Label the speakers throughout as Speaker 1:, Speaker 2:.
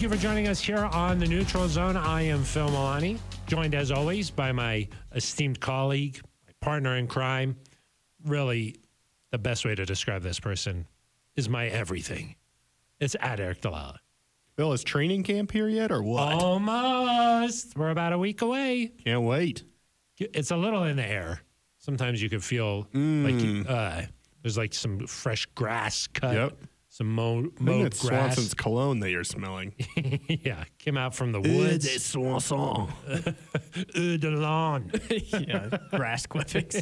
Speaker 1: you for joining us here on the Neutral Zone. I am Phil Milani, joined as always by my esteemed colleague, my partner in crime. Really, the best way to describe this person is my everything. It's at Eric Dalala.
Speaker 2: Bill, is training camp here yet or what?
Speaker 1: Oh. Almost. We're about a week away.
Speaker 2: Can't wait.
Speaker 1: It's a little in the air. Sometimes you can feel like uh, there's like some fresh grass cut,
Speaker 2: Mm. Yep.
Speaker 1: some mo-
Speaker 2: I think
Speaker 1: mowed
Speaker 2: that's
Speaker 1: grass.
Speaker 2: Swanson's cologne that you're smelling.
Speaker 1: yeah, came out from the woods.
Speaker 2: Swanson.
Speaker 1: Eau de lawn.
Speaker 3: yeah, grass clippings.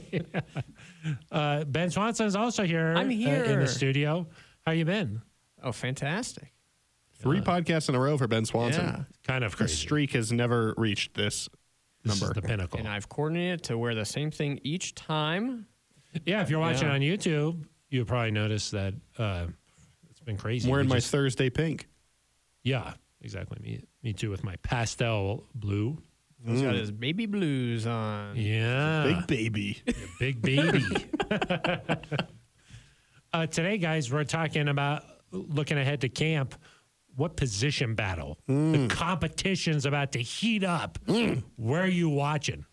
Speaker 1: Uh, ben Swanson's also here.
Speaker 3: I'm
Speaker 1: uh, in
Speaker 3: here.
Speaker 1: the studio. How you been?
Speaker 3: Oh, fantastic.
Speaker 2: Three podcasts in a row for Ben Swanson.
Speaker 3: Yeah.
Speaker 1: Kind of
Speaker 2: The
Speaker 1: crazy.
Speaker 2: streak has never reached this
Speaker 1: This is
Speaker 2: number.
Speaker 1: the pinnacle.
Speaker 3: And I've coordinated to wear the same thing each time.
Speaker 1: yeah, if you're watching
Speaker 3: Yeah.
Speaker 1: on YouTube, you probably noticed that uh, it's been crazy.
Speaker 2: I'm wearing
Speaker 1: We
Speaker 2: my
Speaker 1: just-
Speaker 2: Thursday pink.
Speaker 1: yeah, exactly. Me, me too. With my pastel blue.
Speaker 3: He's got his baby blues on.
Speaker 1: Mm. Yeah,
Speaker 2: Big baby.
Speaker 1: Big baby. uh, today, guys, we're talking about looking ahead to camp. What position battle? The competition's about to heat up. Where are you watching?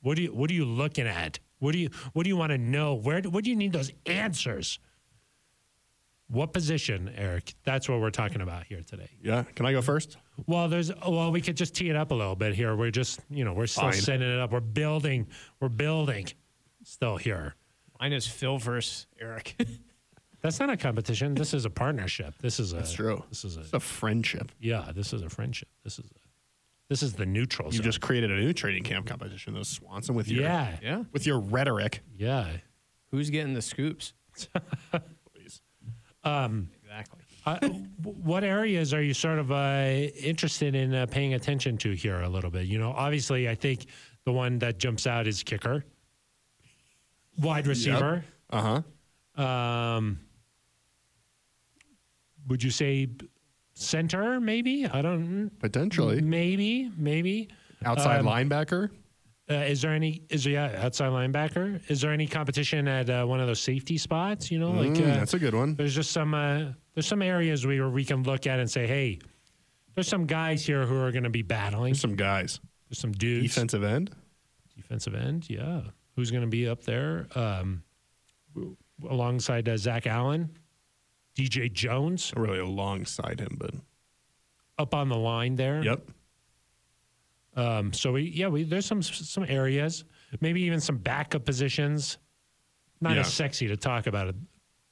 Speaker 1: What do you What are you looking at? What do you What do you want to know? Where do, What do you need those answers? What position, Eric? That's what we're talking about here today.
Speaker 2: yeah. Can I go first?
Speaker 1: Well, there's well, we could just tee it up a little bit here. We're just you know we're still
Speaker 2: Fine.
Speaker 1: setting it up. We're building. We're building. Still here.
Speaker 3: Mine is Phil versus Eric.
Speaker 1: That's not a competition. This is a partnership. This is a.
Speaker 2: That's true.
Speaker 1: This is
Speaker 2: It's
Speaker 1: a.
Speaker 2: a friendship.
Speaker 1: Yeah. This is a friendship. This is. A, this is the neutral.
Speaker 2: You
Speaker 1: zone.
Speaker 2: just created a new training camp competition, though, Swanson, with your
Speaker 1: Yeah.
Speaker 3: yeah.
Speaker 2: with your rhetoric.
Speaker 1: Yeah.
Speaker 3: Who's getting the scoops?
Speaker 2: Please.
Speaker 3: Exactly.
Speaker 1: Uh, w- what areas are you sort of uh, interested in uh, paying attention to here a little bit? You know, obviously, I think the one that jumps out is kicker, wide receiver.
Speaker 2: Uh huh.
Speaker 1: Um, would you say b- center? Maybe I don't.
Speaker 2: Potentially.
Speaker 1: Maybe, maybe.
Speaker 2: Outside
Speaker 1: Um,
Speaker 2: linebacker.
Speaker 1: Uh, is there any? Is there yeah, outside linebacker? Is there any competition at uh, one of those safety spots? You know, like
Speaker 2: Mm,
Speaker 1: uh,
Speaker 2: that's a good one.
Speaker 1: there's just some uh, there's some areas where we can look at and say, hey, there's some guys here who are going to be battling.
Speaker 2: There's some guys.
Speaker 1: There's some dudes.
Speaker 2: Defensive end.
Speaker 1: defensive end. Yeah, who's going to be up there um, w- alongside uh, Zach Allen, DJ Jones
Speaker 2: Really alongside him, but
Speaker 1: up on the line there.
Speaker 2: yep.
Speaker 1: Um, so we yeah we there's some some areas, maybe even some backup positions. Not
Speaker 2: Yeah.
Speaker 1: as sexy to talk about a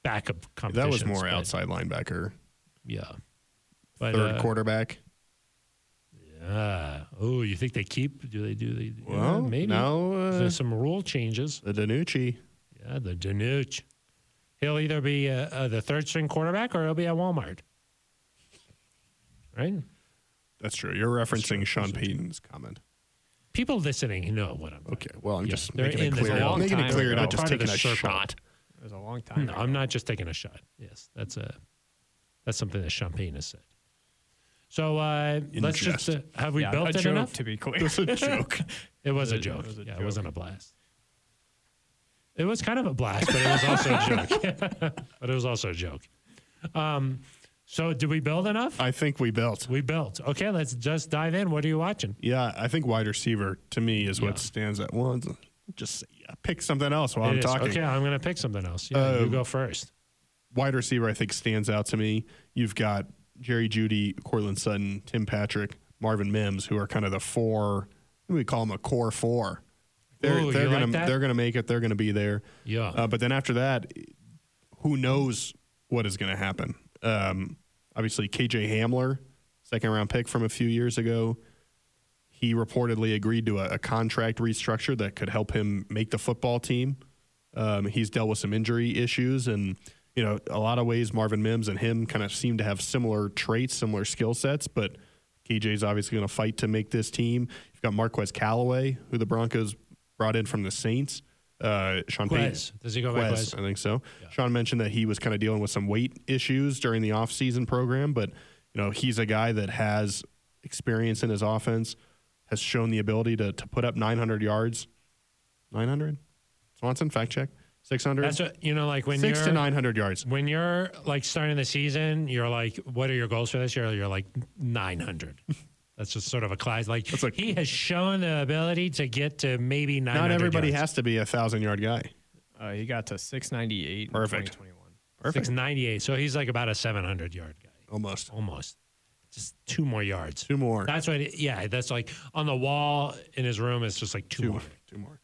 Speaker 1: backup competition.
Speaker 2: That was more
Speaker 1: but,
Speaker 2: outside linebacker,
Speaker 1: Yeah. But,
Speaker 2: third
Speaker 1: uh,
Speaker 2: quarterback.
Speaker 1: yeah. oh, you think they keep? Do they do they? yeah,
Speaker 2: Well,
Speaker 1: maybe.
Speaker 2: now uh,
Speaker 1: There's some rule changes.
Speaker 2: the Danucci.
Speaker 1: Yeah, the Danuch. He'll either be uh, uh, the third string quarterback or he'll be at Walmart. Right?
Speaker 2: That's true. You're referencing Sean Payton's comment.
Speaker 1: People listening know what I'm.
Speaker 2: Okay. Well, I'm
Speaker 1: Yeah,
Speaker 2: just
Speaker 1: they're
Speaker 2: making it
Speaker 1: in this
Speaker 2: clear.
Speaker 3: a long
Speaker 2: making it
Speaker 3: time
Speaker 2: clear,
Speaker 3: ago.
Speaker 2: not just
Speaker 1: Part of
Speaker 2: taking
Speaker 1: the
Speaker 2: a
Speaker 1: circle.
Speaker 2: shot.
Speaker 3: It was a long time.
Speaker 1: No,
Speaker 3: ago.
Speaker 1: I'm not just taking a shot. Yes, that's a that's something that Champagne has said. So uh, let's just uh,
Speaker 2: jest.
Speaker 1: have we
Speaker 3: Yeah,
Speaker 1: built
Speaker 3: a
Speaker 1: it
Speaker 3: joke,
Speaker 1: enough?
Speaker 3: to be clear.
Speaker 2: It's a joke.
Speaker 1: It was a
Speaker 3: It
Speaker 1: joke.
Speaker 3: was a
Speaker 1: yeah, it
Speaker 3: joke.
Speaker 1: wasn't a blast. It was kind of a blast, but it was also a joke. but it was also a joke. Um, so did we build enough?
Speaker 2: I think we built.
Speaker 1: we built. Okay, let's just dive in. What are you watching?
Speaker 2: Yeah, I think wide receiver to me is
Speaker 1: Yeah.
Speaker 2: what stands at one. Just say- yeah, pick something else while
Speaker 1: It
Speaker 2: I'm
Speaker 1: is-
Speaker 2: talking.
Speaker 1: Okay, I'm going to pick something else. Yeah, you
Speaker 2: Um,
Speaker 1: go first.
Speaker 2: Wide receiver, I think, stands out to me. You've got Jerry Judy, Cortland Sutton, Tim Patrick, Marvin Mims, who are kind of the four. We call them a core four. They're,
Speaker 1: Ooh,
Speaker 2: they're
Speaker 1: you like
Speaker 2: gonna
Speaker 1: that?
Speaker 2: they're gonna make it. They're gonna be there.
Speaker 1: Yeah.
Speaker 2: Uh, but then after that, who knows what is going to happen? Um, obviously, KJ Hamler, second round pick from a few years ago, he reportedly agreed to a, a contract restructure that could help him make the football team. Um, he's dealt with some injury issues, and you know, a lot of ways Marvin Mims and him kind of seem to have similar traits, similar skill sets, but. KJ's obviously going to fight to make this team. You've got Marquez Callaway, who the Broncos brought in from the Saints. Uh, Sean Payton,
Speaker 1: Quez. Does he go by
Speaker 2: Quez,
Speaker 1: Quez?
Speaker 2: I think so. Sean mentioned that he was kind of dealing with some weight issues during the offseason program, but you know he's a guy that has experience in his offense, has shown the ability to, to put up 900 yards. 900? Swanson, fact check. six hundred,
Speaker 1: That's what you know, like when
Speaker 2: six
Speaker 1: you're
Speaker 2: to nine hundred yards.
Speaker 1: when you're like starting the season, you're like, what are your goals for this year? You're like 900. That's just sort of a class. Like
Speaker 2: That's like-
Speaker 1: he has shown the ability to get to maybe 900.
Speaker 2: Not everybody
Speaker 1: yards.
Speaker 2: has to be a thousand yard guy.
Speaker 3: Uh, he got to 698
Speaker 2: Perfect.
Speaker 3: in 2021.
Speaker 2: Perfect,
Speaker 1: 698. So he's like about a 700 yard guy,
Speaker 2: almost
Speaker 1: almost. Just two more yards.
Speaker 2: two more,
Speaker 1: That's what. It, yeah, that's like on the wall in his room. It's just like two,
Speaker 2: two
Speaker 1: more.
Speaker 2: more, two more.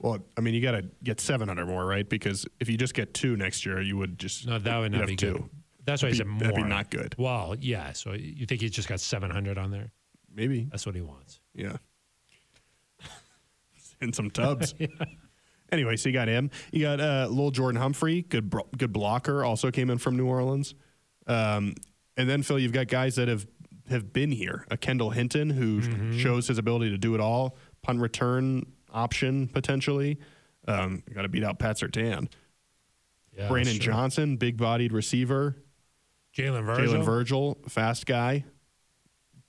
Speaker 2: Well, I mean, you got to get seven hundred more, right? Because if you just get two next year, you would just
Speaker 1: No, that would not
Speaker 2: you'd have
Speaker 1: be
Speaker 2: two.
Speaker 1: good. That's why he said
Speaker 2: That'd be-
Speaker 1: more.
Speaker 2: that'd be not good.
Speaker 1: Well, yeah. So you think he's just got 700 on there?
Speaker 2: Maybe,
Speaker 1: That's what he wants.
Speaker 2: yeah. And some tubs. Anyway, so you got him. You got uh, Lil Jordan Humphrey, good bro- good blocker, also came in from New Orleans. Um, and then Phil, you've got guys that have have been here. A Kendall Hinton who
Speaker 1: Mm-hmm.
Speaker 2: shows his ability to do it all, punt return option potentially. Um, got to beat out Pat Sertan.
Speaker 1: Yeah, that's
Speaker 2: Brandon
Speaker 1: true.
Speaker 2: Johnson, big bodied receiver.
Speaker 1: Jalen Virgil.
Speaker 2: Jalen Virgil, fast guy.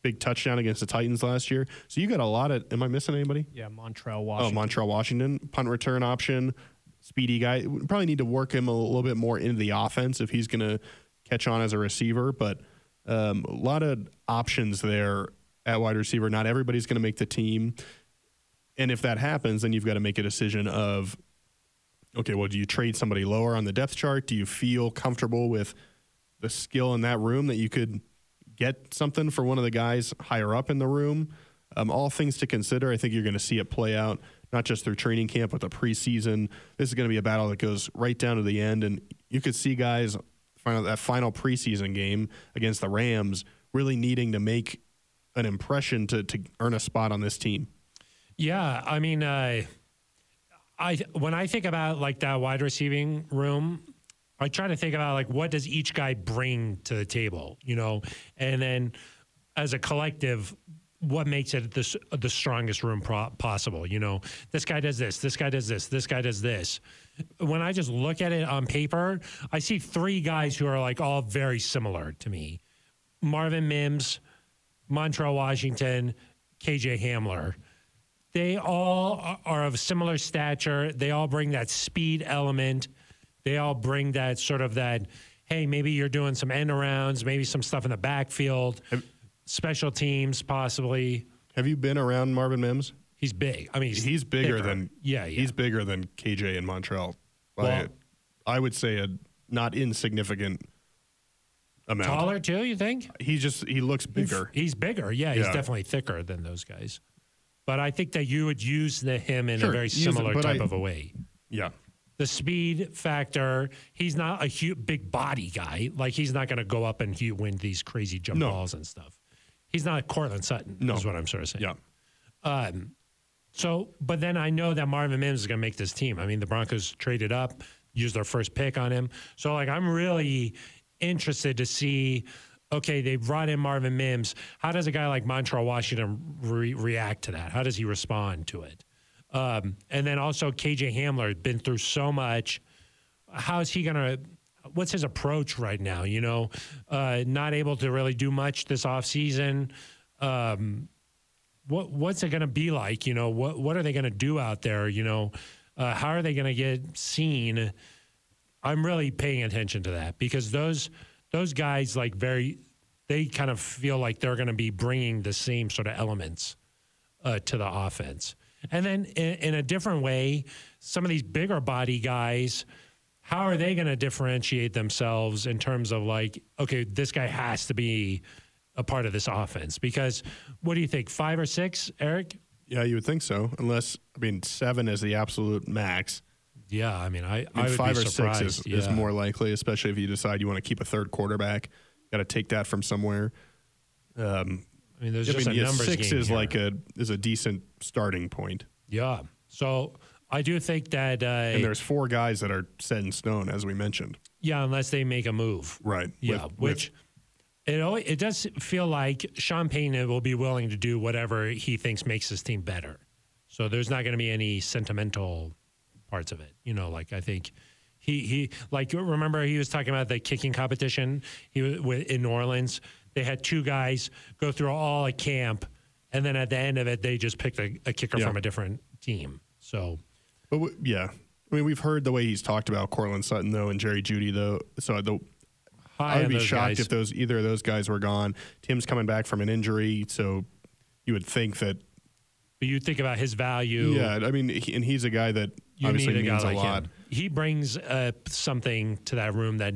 Speaker 2: Big touchdown against the Titans last year. So you got a lot of. Am I missing anybody?
Speaker 3: Yeah, Montreal Washington.
Speaker 2: Oh, Montreal Washington punt return option, speedy guy. We probably need to work him a little bit more into the offense if he's going to catch on as a receiver. But um, a lot of options there at wide receiver. Not everybody's going to make the team, and if that happens, then you've got to make a decision of, okay, well, do you trade somebody lower on the depth chart? Do you feel comfortable with the skill in that room that you could get something for one of the guys higher up in the room. Um, all things to consider. I think you're going to see it play out not just through training camp, but the preseason. This is going to be a battle that goes right down to the end, and you could see guys final that final preseason game against the Rams really needing to make an impression to to earn a spot on this team.
Speaker 1: Yeah, I mean, uh, I when I think about like that wide receiving room, I try to think about like what does each guy bring to the table, you know, and then as a collective, what makes it the s- the strongest room pro- possible, you know. This guy does this. This guy does this. This guy does this. When I just look at it on paper, I see three guys who are like all very similar to me. Marvin Mims, Montreal Washington, KJ Hamler. They all a- are of similar stature. They all bring that speed element. They all bring that sort of that, hey, maybe you're doing some end arounds, maybe some stuff in the backfield, special teams possibly.
Speaker 2: Have you been around Marvin Mims?
Speaker 1: He's big. I mean, he's,
Speaker 2: He's bigger
Speaker 1: thicker.
Speaker 2: than
Speaker 1: yeah, yeah.
Speaker 2: He's bigger than KJ and Montreal by
Speaker 1: Well-
Speaker 2: I would say a not insignificant amount.
Speaker 1: taller too. You think?
Speaker 2: He just he looks bigger.
Speaker 1: He's bigger. Yeah, he's
Speaker 2: Yeah.
Speaker 1: definitely thicker than those guys. But I think that you would use the him in
Speaker 2: Sure,
Speaker 1: a very
Speaker 2: use it,
Speaker 1: similar
Speaker 2: but
Speaker 1: type
Speaker 2: I-
Speaker 1: of a way.
Speaker 2: Yeah.
Speaker 1: the speed factor. He's not a huge, big body guy. Like he's not going to go up and he win these crazy jump
Speaker 2: No.
Speaker 1: balls and stuff. He's not Cortland Sutton.
Speaker 2: No.
Speaker 1: is what I'm sort of saying.
Speaker 2: Yeah.
Speaker 1: Um, so, but then I know that Marvin Mims is going to make this team. I mean, the Broncos traded up, used their first pick on him. So, like, I'm really interested to see. Okay, they brought in Marvin Mims. How does a guy like Montreal Washington re- react to that? How does he respond to it? Um, and then also KJ Hamler had been through so much. How is he going to? What's his approach right now? You know, uh, not able to really do much this offseason. Um, what what's it going to be like? You know, what what are they going to do out there? You know, uh, how are they going to get seen? I'm really paying attention to that because those those guys like very they kind of feel like they're going to be bringing the same sort of elements uh, to the offense. And then in, in a different way, some of these bigger body guys, how are they going to differentiate themselves in terms of like, okay, this guy has to be a part of this offense? Because what do you think, five or six, Eric?
Speaker 2: Yeah, you would think so. Unless I mean seven is the absolute max.
Speaker 1: Yeah, I mean, I,
Speaker 2: I mean,
Speaker 1: would
Speaker 2: five
Speaker 1: be
Speaker 2: or six
Speaker 1: surprised.
Speaker 2: is, is
Speaker 1: Yeah.
Speaker 2: more likely, especially if you decide you want to keep a third quarterback. Got to take that from somewhere. Um,
Speaker 1: I mean, there's
Speaker 2: I
Speaker 1: just
Speaker 2: mean,
Speaker 1: a
Speaker 2: yeah,
Speaker 1: numbers
Speaker 2: six
Speaker 1: game
Speaker 2: is
Speaker 1: here.
Speaker 2: like a is a decent starting point.
Speaker 1: yeah. So I do think that
Speaker 2: And
Speaker 1: uh,
Speaker 2: there's four guys that are set in stone, as we mentioned.
Speaker 1: yeah, unless they make a move,
Speaker 2: Right.
Speaker 1: Yeah,
Speaker 2: With- with-
Speaker 1: which it always, it does feel like Sean Payton will be willing to do whatever he thinks makes his team better. So there's not going to be any sentimental parts of it. You know, like I think he he like remember he was talking about the kicking competition he was with in New Orleans. They had two guys go through all a camp, and then at the end of it, they just picked a, a kicker
Speaker 2: Yeah.
Speaker 1: from a different team. So
Speaker 2: But w- yeah, I mean, we've heard the way he's talked about Cortland Sutton though and Jerry Judy though. So the,
Speaker 1: High
Speaker 2: I would
Speaker 1: on
Speaker 2: be
Speaker 1: those
Speaker 2: shocked
Speaker 1: guys.
Speaker 2: if those either of those guys were gone. Tim's coming back from an injury, so you would think that
Speaker 1: But you think about his value.
Speaker 2: yeah. I mean, he, and he's a guy that
Speaker 1: you
Speaker 2: obviously
Speaker 1: need a
Speaker 2: means
Speaker 1: guy like
Speaker 2: a lot.
Speaker 1: him. He brings uh, something to that room that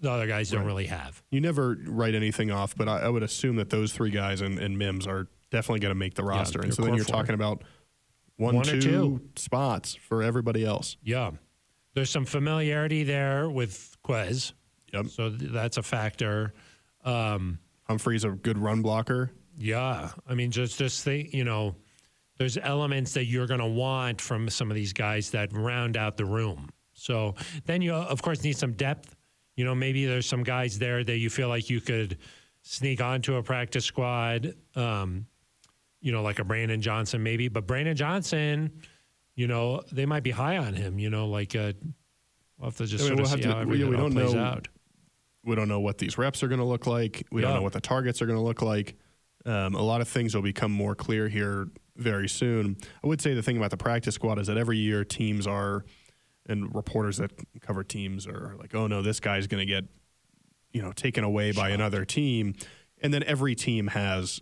Speaker 1: the other guys don't really have.
Speaker 2: You never write anything off, but I, I would assume that those three guys and, and Mims are definitely going to make the roster.
Speaker 1: they're
Speaker 2: and so then
Speaker 1: core
Speaker 2: you're
Speaker 1: forward.
Speaker 2: talking about one,
Speaker 1: One or
Speaker 2: two,
Speaker 1: two.
Speaker 2: spots for everybody else.
Speaker 1: Yeah. There's some familiarity there with Quez.
Speaker 2: Yep.
Speaker 1: So th- that's a factor. Um,
Speaker 2: Humphrey's a good run blocker.
Speaker 1: yeah. I mean, just, just think, you know, there's elements that you're going to want from some of these guys that round out the room. So then you, of course, need some depth. You know, maybe there's some guys there that you feel like you could sneak onto a practice squad. Um, you know, like a Brandon Johnson maybe, but Brandon Johnson, you know, they might be high on him. You know, like uh, we'll have to just
Speaker 2: I
Speaker 1: sort
Speaker 2: mean, we'll
Speaker 1: of
Speaker 2: have
Speaker 1: see
Speaker 2: to-
Speaker 1: how
Speaker 2: we-
Speaker 1: everything
Speaker 2: we
Speaker 1: all
Speaker 2: don't
Speaker 1: plays
Speaker 2: know-
Speaker 1: out.
Speaker 2: We don't know what these reps are going to look like. We
Speaker 1: Yeah.
Speaker 2: don't know what the targets are going to look like. Um, a lot of things will become more clear here very soon. I would say the thing about the practice squad is that every year teams are, and reporters that cover teams are like, oh no, this guy's going to get, you know, taken away by another team, and then every team has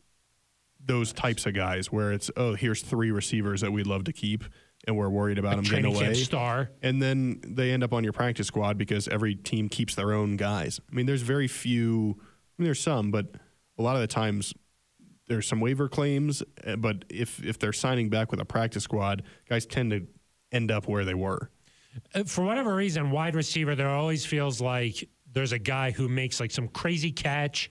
Speaker 2: those types of guys where it's oh here's three receivers that we'd love to keep and we're worried about them getting
Speaker 1: Training
Speaker 2: away
Speaker 1: camp star.
Speaker 2: and then they end up on your practice squad because every team keeps their own guys. I mean, there's very few. I mean, there's some, but a lot of the times there's some waiver claims. uh, But if if they're signing back with a practice squad, guys tend to end up where they were.
Speaker 1: Uh, for whatever reason, wide receiver, there always feels like there's a guy who makes like some crazy catch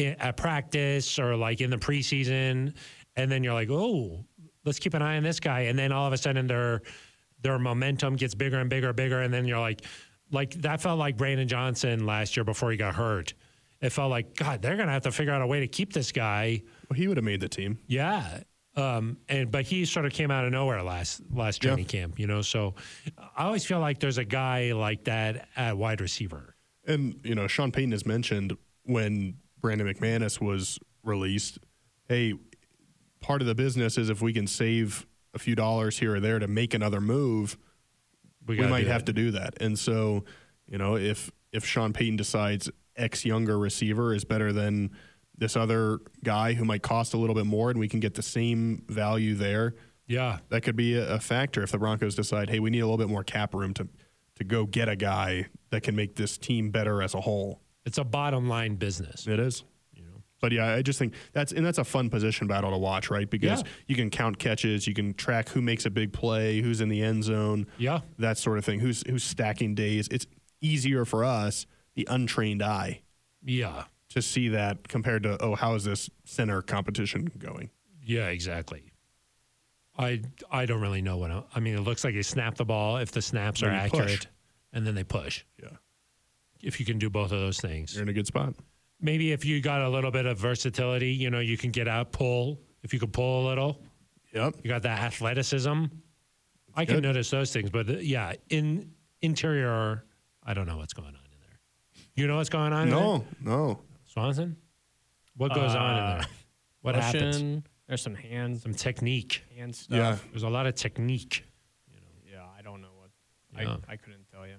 Speaker 1: i- at practice or like in the preseason, and then you're like, oh, let's keep an eye on this guy, and then all of a sudden their their momentum gets bigger and bigger and bigger, and then you're like, like that felt like Brandon Johnson last year before he got hurt. It felt like God, they're gonna have to figure out a way to keep this guy.
Speaker 2: Well, he would have made the team.
Speaker 1: Yeah. Um, and but he sort of came out of nowhere last last training camp, you know. So I always feel like there's a guy like that at wide receiver.
Speaker 2: And you know, Sean Payton has mentioned when Brandon McManus was released, hey, part of the business is if we can save a few dollars here or there to make another move, we,
Speaker 1: gotta
Speaker 2: might
Speaker 1: do
Speaker 2: have
Speaker 1: that.
Speaker 2: to do that. And so, you know, if if Sean Payton decides X younger receiver is better than this other guy who might cost a little bit more and we can get the same value there,
Speaker 1: Yeah.
Speaker 2: that could be a, a factor if the Broncos decide, hey, we need a little bit more cap room to to go get a guy that can make this team better as a whole.
Speaker 1: It's a bottom line business.
Speaker 2: It is. But yeah, I just think that's and that's a fun position battle to watch, right? Because
Speaker 1: Yeah.
Speaker 2: you can count catches, you can track who makes a big play, who's in the end zone,
Speaker 1: Yeah.
Speaker 2: that sort of thing. Who's who's stacking days? It's easier for us, the untrained eye,
Speaker 1: Yeah.
Speaker 2: to see that compared to oh, how is this center competition going?
Speaker 1: Yeah, exactly. I I don't really know what I, I mean. It looks like they snap the ball if the snaps are
Speaker 2: Then you push.
Speaker 1: accurate, and then they push.
Speaker 2: Yeah,
Speaker 1: If you can do both of those things,
Speaker 2: you're in a good spot.
Speaker 1: maybe if you got a little bit of versatility, you know, you can get out pull. If you could pull a little,
Speaker 2: Yep.
Speaker 1: You got that athleticism. I can
Speaker 2: good.
Speaker 1: notice those things, but uh, yeah, in interior, I don't know what's going on in there. You know what's going on? in there?
Speaker 2: No, no.
Speaker 1: Swanson. What goes on in
Speaker 3: Uh,
Speaker 1: there? What happens?
Speaker 3: Motion. There's some hands,
Speaker 1: Some technique.
Speaker 3: hand stuff.
Speaker 2: Yeah,
Speaker 1: There's a lot of technique
Speaker 3: Yeah, I don't know what.
Speaker 1: Yeah.
Speaker 3: I, I couldn't tell you.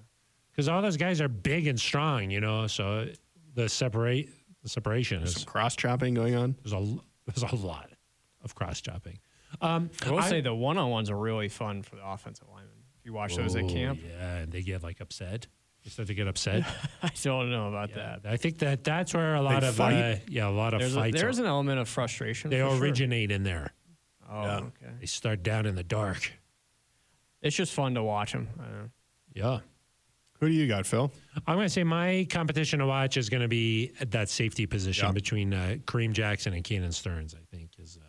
Speaker 1: because all those guys are big and strong, you know. So the separate the separation is
Speaker 2: some cross chopping going on.
Speaker 1: there's a l- there's a lot of cross chopping. Um,
Speaker 3: I will
Speaker 1: I-
Speaker 3: say the one-on-ones are really fun for the offensive linemen. If you watch those at
Speaker 1: Oh,
Speaker 3: camp,
Speaker 1: Yeah, and they get like upset. They start to get upset.
Speaker 3: I don't know about
Speaker 1: Yeah,
Speaker 3: that.
Speaker 1: I think that that's where a lot of
Speaker 2: fight?
Speaker 1: uh, yeah, a lot of
Speaker 3: There's, a,
Speaker 1: fights.
Speaker 3: there's
Speaker 1: are.
Speaker 3: an element of frustration.
Speaker 1: they
Speaker 3: for sure.
Speaker 1: originate in there.
Speaker 3: Oh,
Speaker 2: Yeah.
Speaker 3: okay.
Speaker 1: They start down in the dark.
Speaker 3: It's just fun to watch them. I don't know.
Speaker 1: Yeah,
Speaker 2: Who do you got, Phil?
Speaker 1: I'm going to say my competition to watch is going to be at that safety position
Speaker 2: Yeah.
Speaker 1: between uh, Kareem Jackson and Keenan Stearns. I think is. Uh,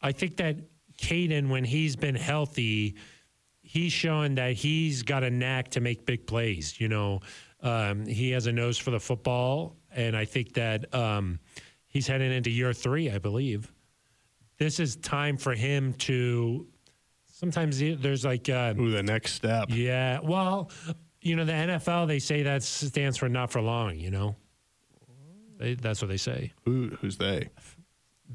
Speaker 1: I think that Caden, when he's been healthy, he's shown that he's got a knack to make big plays. You know, um, he has a nose for the football, and I think that um, he's heading into year three, I believe. This is time for him to. Sometimes he- there's like. Uh,
Speaker 2: Ooh, the next step.
Speaker 1: yeah. Well, you know, the NFL, they say that stands for not for long, you know? They, that's what they say.
Speaker 2: Who, who's they?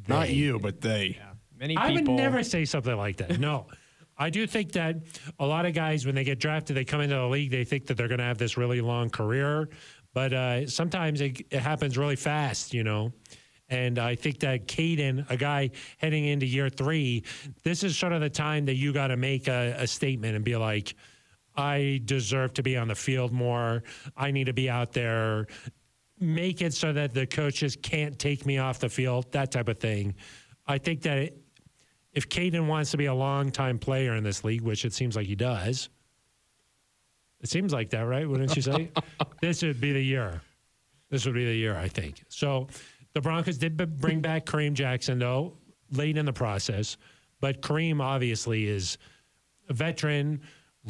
Speaker 2: Not
Speaker 1: They.
Speaker 2: you, but they.
Speaker 3: Yeah. Many
Speaker 1: I would
Speaker 3: people.
Speaker 1: never say something like that. No. I do think that a lot of guys, when they get drafted, they come into the league, they think that they're going to have this really long career, but uh, sometimes it, it happens really fast, you know. And I think that Caden, a guy heading into year three, this is sort of the time that you got to make a, a statement and be like, I deserve to be on the field more. I need to be out there. Make it so that the coaches can't take me off the field, that type of thing. I think that it, if Caden wants to be a long-time player in this league, which it seems like he does, it seems like that, right? Wouldn't you say? this would be the year. This would be the year, I think. So the Broncos did b- bring back Kareem Jackson, though, late in the process. But Kareem obviously is a veteran,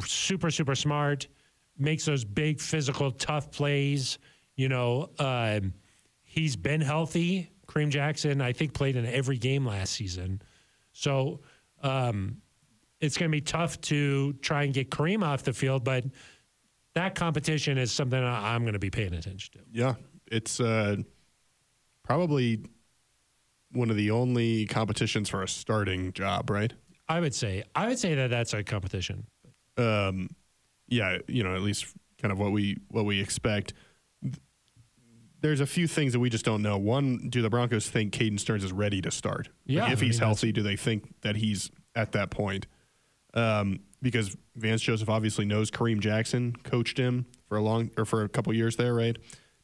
Speaker 1: super, super smart, makes those big, physical, tough plays. You know, um, he's been healthy. Kareem Jackson, I think, played in every game last season. So um, it's going to be tough to try and get Kareem off the field, but that competition is something I- I'm going to be paying attention to.
Speaker 2: Yeah, it's uh, probably one of the only competitions for a starting job, right?
Speaker 1: I would say I would say that that's a competition.
Speaker 2: Um, yeah, you know, at least kind of what we what we expect. There's a few things that we just don't know. One, do the Broncos think Caden Stearns is ready to start? Like,
Speaker 1: Yeah,
Speaker 2: if
Speaker 1: I mean,
Speaker 2: he's
Speaker 1: that's-
Speaker 2: healthy, do they think that he's at that point? Um, because Vance Joseph obviously knows Kareem Jackson, coached him for a long or for a couple years there, right?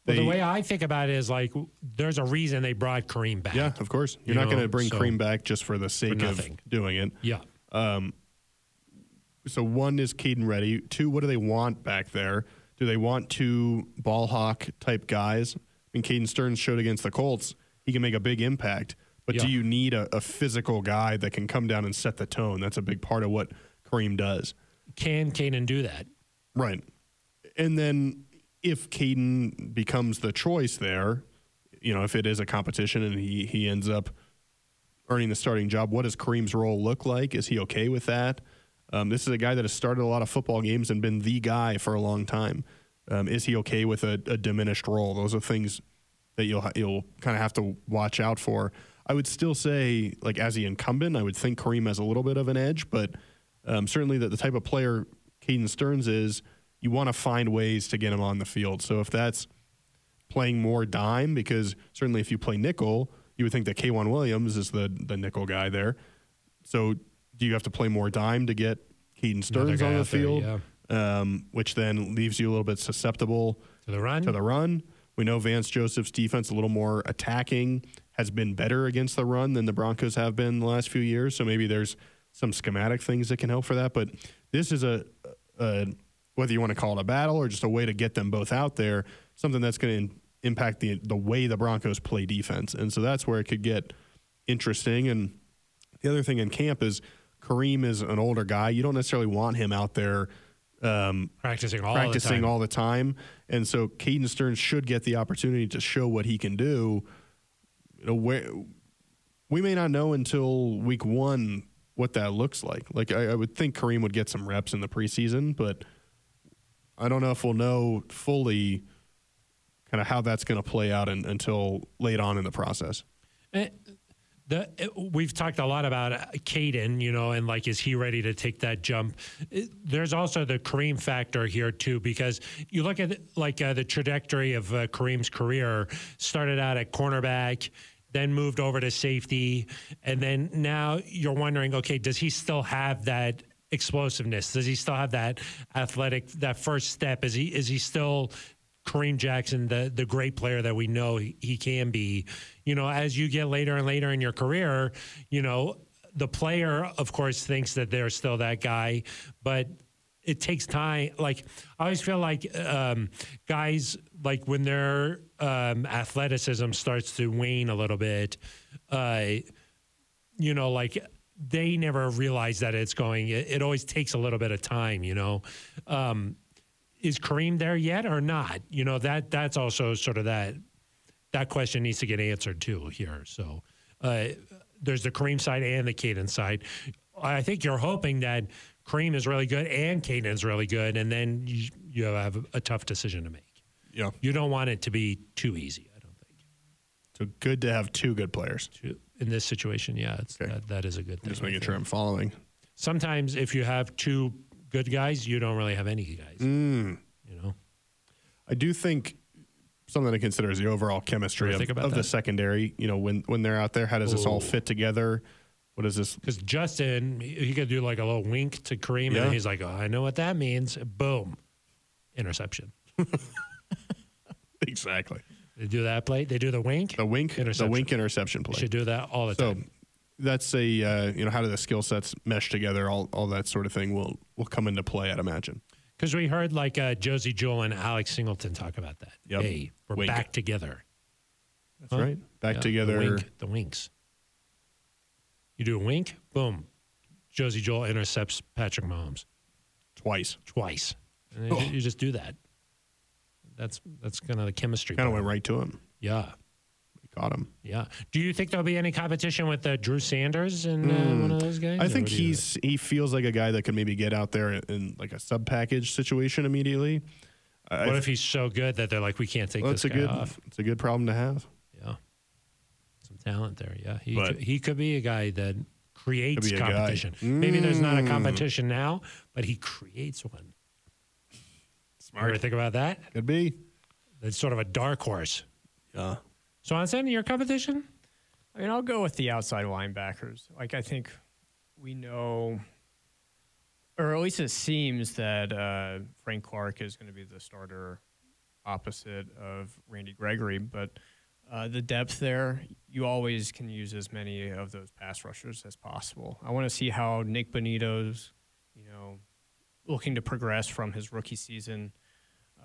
Speaker 1: Well, the
Speaker 2: They-
Speaker 1: way I think about it is like w- there's a reason they brought Kareem back.
Speaker 2: Yeah, of course. You're
Speaker 1: You
Speaker 2: not going
Speaker 1: know,
Speaker 2: to bring
Speaker 1: so-
Speaker 2: Kareem back just for the sake of
Speaker 1: nothing.
Speaker 2: doing it.
Speaker 1: Yeah.
Speaker 2: So one is Caden ready. Two, what do they want back there? Do they want two ball hawk type guys? I mean, Caden Stearns showed against the Colts he can make a big impact, but
Speaker 1: Yeah.
Speaker 2: do you need a, a physical guy that can come down and set the tone? That's a big part of what Kareem does.
Speaker 1: Can Kanan do that?
Speaker 2: Right. And then if Caden becomes the choice there, you know, if it is a competition and he, he ends up earning the starting job, what does Kareem's role look like? Is he okay with that? Um, this is a guy that has started a lot of football games and been the guy for a long time. Um, is he okay with a, a diminished role? Those are things that you'll ha- you'll kind of have to watch out for. I would still say, like as the incumbent, I would think Kareem has a little bit of an edge, but um, certainly that the type of player Caden Stearns is, you want to find ways to get him on the field. So if that's playing more dime because certainly if you play nickel, you would think that Kwan Williams is the the nickel guy there. So do you have to play more dime to get Keaton Stearns
Speaker 1: guy
Speaker 2: on the
Speaker 1: out there,
Speaker 2: field, um, which then leaves you a little bit susceptible
Speaker 1: To the run?
Speaker 2: to the run? We know Vance Joseph's defense a little more attacking has been better against the run than the Broncos have been the last few years. So maybe there's some schematic things that can help for that. But this is a, a whether you want to call it a battle or just a way to get them both out there, something that's going to impact the the way the Broncos play defense. And so that's where it could get interesting. And the other thing in camp is Kareem is an older guy. You don't necessarily want him out there um,
Speaker 1: practicing all the
Speaker 2: practicing
Speaker 1: time.
Speaker 2: all the time. And so Caden Stearns should get the opportunity to show what he can do. You know, where we may not know until week one what that looks like. Like I, I would think Kareem would get some reps in the preseason, but I don't know if we'll know fully kind of how that's going to play out in, until late on in the process.
Speaker 1: Eh, The, eh, we've talked a lot about uh, Caden, you know, and like, is he ready to take that jump? Eh, There's also the Kareem factor here, too, because you look at like uh, the trajectory of uh, Kareem's career started out at cornerback, then moved over to safety. And then now you're wondering, okay, does he still have that explosiveness? Does he still have that athletic, that first step? Is he, is he still Kareem Jackson, the the great player that we know he, he can be. You know, as you get later and later in your career, you know, the player, of course, thinks that they're still that guy, but it takes time. Like I always feel like um, guys, like when their um, athleticism starts to wane a little bit, uh, you know, like they never realize that it's going. It, it always takes a little bit of time, you know. Um, is Kareem there yet or not? You know that that's also sort of that that question needs to get answered too here. So uh, there's the Kareem side and the Caden side. I think you're hoping that Kareem is really good and Caden's really good, and then you, you have a tough decision to make.
Speaker 2: Yeah.
Speaker 1: You don't want it to be too easy. I don't think
Speaker 2: So good to have two good players.
Speaker 1: Too- in this situation. Yeah, it's,
Speaker 2: Okay.
Speaker 1: that, that is a good thing.
Speaker 2: Just
Speaker 1: I
Speaker 2: making
Speaker 1: think.
Speaker 2: sure I'm following.
Speaker 1: sometimes if you have two good guys, you don't really have any guys.
Speaker 2: Mm.
Speaker 1: You know,
Speaker 2: I do think something to consider is the overall chemistry
Speaker 1: Ever
Speaker 2: of,
Speaker 1: think about
Speaker 2: of the
Speaker 1: that?
Speaker 2: secondary. You know, when when they're out there, how does this all
Speaker 1: Ooh.
Speaker 2: fit together? What is this?
Speaker 1: because Justin, he he could do like a little wink to Kareem,
Speaker 2: Yeah.
Speaker 1: and he's like, oh, I know what that means. Boom, interception.
Speaker 2: Exactly.
Speaker 1: They do that play. They do the wink.
Speaker 2: The wink, the
Speaker 1: Interception.
Speaker 2: wink interception play.
Speaker 1: Should do that all the
Speaker 2: So
Speaker 1: time.
Speaker 2: that's a uh, you know how do the skill sets mesh together? All all that sort of thing will will come into play. I'd imagine.
Speaker 1: Because we heard like uh, Josie Jewell and Alex Singleton talk about that.
Speaker 2: Yep.
Speaker 1: Hey, we're
Speaker 2: Wink.
Speaker 1: back together.
Speaker 2: That's
Speaker 1: Huh?
Speaker 2: right. Back
Speaker 1: Yeah,
Speaker 2: together.
Speaker 1: The, wink, the winks. You do a wink, boom. Josie Joel intercepts Patrick Mahomes
Speaker 2: twice.
Speaker 1: twice. And you,
Speaker 2: Oh.
Speaker 1: you just do that. That's that's kind of the chemistry.
Speaker 2: Kind of
Speaker 1: part.
Speaker 2: went right to him.
Speaker 1: Yeah,
Speaker 2: He caught him.
Speaker 1: yeah. Do you think there'll be any competition with uh, Drew Sanders and uh, one of those guys?
Speaker 2: Hmm. I
Speaker 1: Or
Speaker 2: think
Speaker 1: what do you
Speaker 2: he's he feels like a guy that could maybe get out there in like a sub package situation immediately. I-
Speaker 1: What if he's so good that they're like, we can't take
Speaker 2: Well,
Speaker 1: this
Speaker 2: that's a
Speaker 1: guy
Speaker 2: good
Speaker 1: off?
Speaker 2: it's a good problem to have.
Speaker 1: Yeah, some talent there. Yeah, he
Speaker 2: But-
Speaker 1: could, he could be a guy that creates
Speaker 2: be a guy. Hmm.
Speaker 1: competition. Maybe there's not a competition now, but he creates one. Smart. Ever think about that?
Speaker 2: Could be.
Speaker 1: That's sort of a dark horse.
Speaker 2: Yeah.
Speaker 1: Swanson, your competition?
Speaker 3: I mean, I'll go with the outside linebackers. Like, I think we know, or at least it seems that uh, Frank Clark is going to be the starter opposite of Randy Gregory. But uh, the depth there, you always can use as many of those pass rushers as possible. I want to see how Nick Benito's, you know, looking to progress from his rookie season.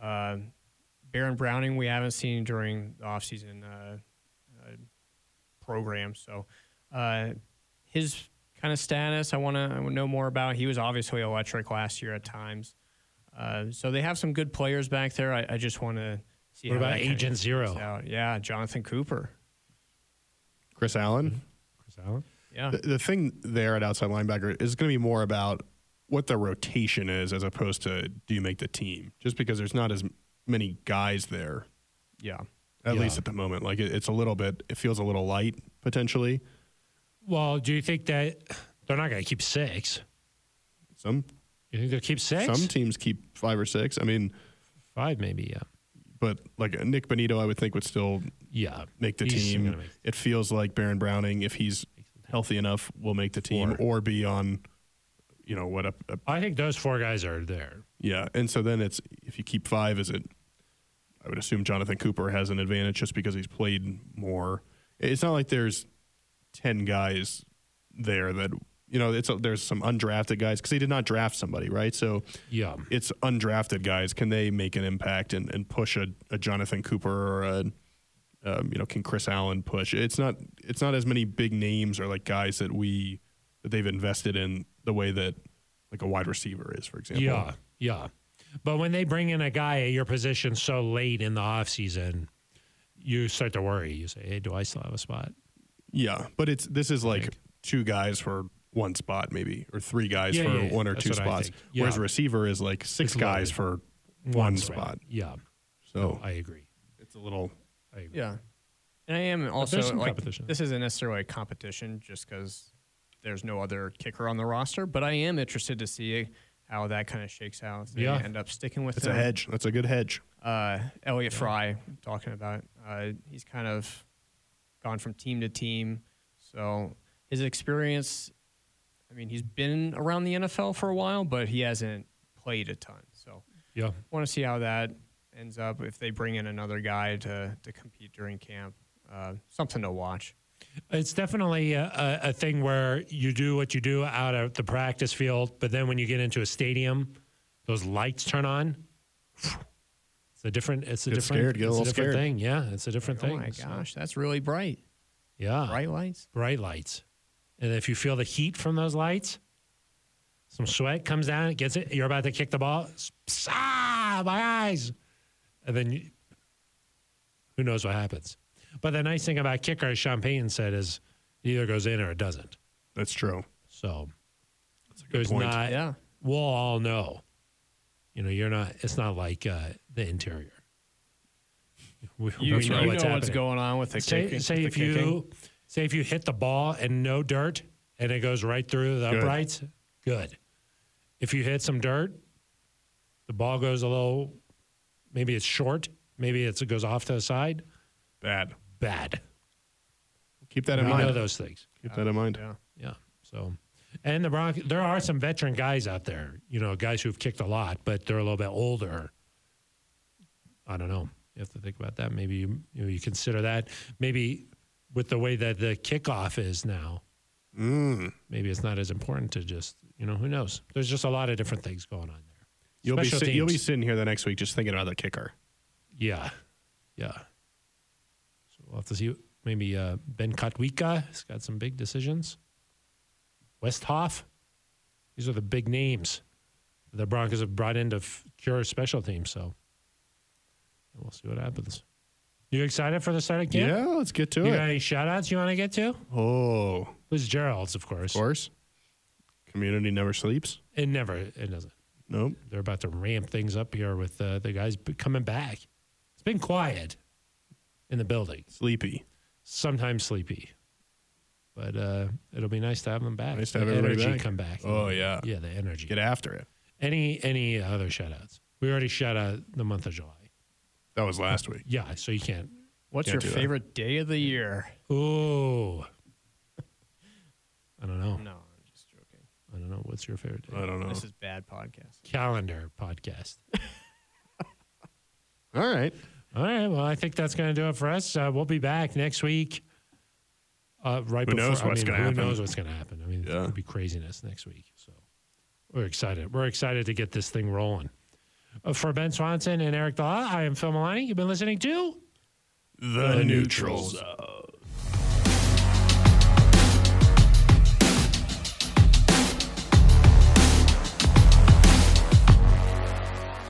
Speaker 3: Uh, Baron Browning, we haven't seen during the offseason. Uh, program. So uh, his kind of status, I want to know more about. He was obviously electric last year at times. Uh, so they have some good players back there. I, I just want to see
Speaker 1: What
Speaker 3: how
Speaker 1: about
Speaker 3: that kinda
Speaker 1: Agent
Speaker 3: works
Speaker 1: Zero?
Speaker 3: out. Yeah, Jonathan Cooper.
Speaker 2: Chris Allen.
Speaker 1: Chris Allen.
Speaker 3: Yeah,
Speaker 2: The, the thing there at outside linebacker is going to be more about what the rotation is as opposed to do you make the team. Just because there's not as many guys there,
Speaker 3: yeah.
Speaker 2: at
Speaker 1: Yeah.
Speaker 2: least at the moment. Like it, it's a little bit. It feels a little light potentially.
Speaker 1: Well, do you think that they're not going to keep six?
Speaker 2: Some
Speaker 1: You think they'll keep six?
Speaker 2: some teams keep five or six. I mean,
Speaker 1: Five, maybe. Yeah.
Speaker 2: but like Nick Benito, I would think would still
Speaker 1: Yeah.
Speaker 2: make the
Speaker 1: He's
Speaker 2: team.
Speaker 1: gonna make-
Speaker 2: it feels like Baron Browning, if he's healthy enough, will make the team or be on, you know, what a, a
Speaker 1: I think those four guys are there.
Speaker 2: yeah. And so then it's if you keep five, is it? I would assume Jonathan Cooper has an advantage just because he's played more. It's not like there's ten guys there that you know. It's there's some undrafted guys because they did not draft somebody, right? So
Speaker 1: Yeah.
Speaker 2: it's undrafted guys. Can they make an impact and, and push a, a Jonathan Cooper or a, um, you know, can Chris Allen push? It's not it's not as many big names or like guys that we that they've invested in the way that like a wide receiver is, for example.
Speaker 1: Yeah. Yeah. But when they bring in a guy at your position so late in the offseason, you start to worry. You say, hey, do I still have a spot?
Speaker 2: Yeah, but it's this is like
Speaker 1: Like-
Speaker 2: two guys for one spot maybe or three guys
Speaker 1: Yeah,
Speaker 2: for
Speaker 1: yeah, yeah.
Speaker 2: one or
Speaker 1: That's
Speaker 2: two
Speaker 1: what I
Speaker 2: spots.
Speaker 1: think. Yeah.
Speaker 2: Whereas receiver is like six
Speaker 1: It's
Speaker 2: guys
Speaker 1: loaded.
Speaker 2: for one, spot.
Speaker 1: Yeah.
Speaker 2: So
Speaker 1: I agree.
Speaker 2: it's a little
Speaker 1: I agree.
Speaker 3: Yeah. And I am also
Speaker 1: there's some
Speaker 3: like
Speaker 1: competition.
Speaker 3: this isn't necessarily a competition just because there's no other kicker on the roster, but I am interested to see how that kind of shakes out. If they
Speaker 1: Yeah.
Speaker 3: end up sticking with
Speaker 2: it's
Speaker 3: him.
Speaker 2: a hedge. That's a good hedge.
Speaker 3: uh, Elliot Fry talking about. Uh, he's kind of gone from team to team. So his experience, I mean, he's been around the NFL for a while, but he hasn't played a ton. So
Speaker 1: Yeah.
Speaker 3: want to see how that ends up if they bring in another guy to, to compete during camp. Uh, something to watch.
Speaker 1: It's definitely a, a, a thing where you do what you do out of the practice field, but then when you get into a stadium, those lights turn on. It's a different. It's a
Speaker 2: Get
Speaker 1: different.
Speaker 2: scared, get a
Speaker 1: it's
Speaker 2: little
Speaker 1: different
Speaker 2: scared.
Speaker 1: thing. Yeah, it's a different
Speaker 3: Oh
Speaker 1: thing.
Speaker 3: my
Speaker 1: So,
Speaker 3: gosh, that's really bright.
Speaker 1: yeah,
Speaker 3: Bright lights.
Speaker 1: bright lights, and if you feel the heat from those lights, some sweat comes down. It gets it. You're about to kick the ball. Psst, Ah, my eyes, and then you, who knows what happens. But the nice thing about kicker, as Sean Payton said, is it either goes in or it doesn't.
Speaker 2: That's true.
Speaker 1: So there's
Speaker 2: point.
Speaker 1: not.
Speaker 3: yeah.
Speaker 1: We'll all know. You know, you're not. It's not like uh, the interior. We,
Speaker 3: You,
Speaker 1: we
Speaker 3: you know, what's,
Speaker 1: happening.
Speaker 3: going on with the
Speaker 1: Say,
Speaker 3: kicking.
Speaker 1: say
Speaker 3: the
Speaker 1: if you
Speaker 3: kicking.
Speaker 1: say if you hit the ball and no dirt and it goes right through the
Speaker 2: Good.
Speaker 1: uprights, good. If you hit some dirt, the ball goes a little, maybe it's short, maybe it's, it goes off to the side,
Speaker 2: Bad.
Speaker 1: bad.
Speaker 2: Keep that in
Speaker 1: We know
Speaker 2: mind.
Speaker 1: those things.
Speaker 2: Keep that in mind.
Speaker 3: Yeah.
Speaker 1: Yeah. So, and the Broncos, there are some veteran guys out there, you know, guys who've kicked a lot, but they're a little bit older. I don't know. You have to think about that. Maybe you, you, know, you consider that. Maybe with the way that the kickoff is now,
Speaker 2: Mm.
Speaker 1: maybe it's not as important to just, you know, who knows? There's just a lot of different things going on there.
Speaker 2: You'll be
Speaker 1: Special
Speaker 2: sit- you'll be
Speaker 1: teams.
Speaker 2: sitting here the next week just thinking about the kicker.
Speaker 1: Yeah. Yeah. So we'll have to see. Maybe uh, Ben Kotwika has got some big decisions. Westhoff. These are the big names the Broncos have brought in to f- cure special teams. So we'll see what happens. You excited for the start of camp?
Speaker 2: Yeah, let's get to
Speaker 1: You
Speaker 2: it.
Speaker 1: got any shout outs you want to get to?
Speaker 2: Oh, of
Speaker 1: Liz Gerald's, of course.
Speaker 2: course. Community never sleeps.
Speaker 1: It never, it doesn't.
Speaker 2: Nope.
Speaker 1: They're about to ramp things up here with uh, the guys b- coming back. It's been quiet in the building.
Speaker 2: Sleepy.
Speaker 1: sometimes sleepy. But uh, it'll be nice to have them back.
Speaker 2: Nice to have
Speaker 1: the
Speaker 2: everybody
Speaker 1: energy
Speaker 2: back.
Speaker 1: come back.
Speaker 2: Oh, yeah.
Speaker 1: Yeah, the energy.
Speaker 2: Get after it.
Speaker 1: Any any other shout outs? We already shout out the month of July.
Speaker 2: That was last week.
Speaker 1: Yeah, so you can't.
Speaker 3: What's
Speaker 2: Can't
Speaker 3: your
Speaker 2: do that.
Speaker 3: favorite day of the year?
Speaker 1: Ooh. I don't know.
Speaker 3: No, I'm just joking.
Speaker 1: I don't know. What's your favorite day?
Speaker 2: Oh. I don't know.
Speaker 3: This is bad podcast.
Speaker 1: Calendar podcast.
Speaker 2: All right.
Speaker 1: All right. Well, I think that's going to do it for us. Uh, we'll be back next week. Uh, right
Speaker 2: Who
Speaker 1: before,
Speaker 2: knows
Speaker 1: I
Speaker 2: what's
Speaker 1: mean,
Speaker 2: gonna
Speaker 1: who
Speaker 2: happen?
Speaker 1: knows what's going to happen? I mean, it's
Speaker 2: Yeah.
Speaker 1: going to be craziness next week. So we're excited. We're excited to get this thing rolling. Uh, for Ben Swanson and Eric Daw, I am Phil Malani. You've been listening to
Speaker 2: The,
Speaker 1: Neutrals.
Speaker 2: Zone.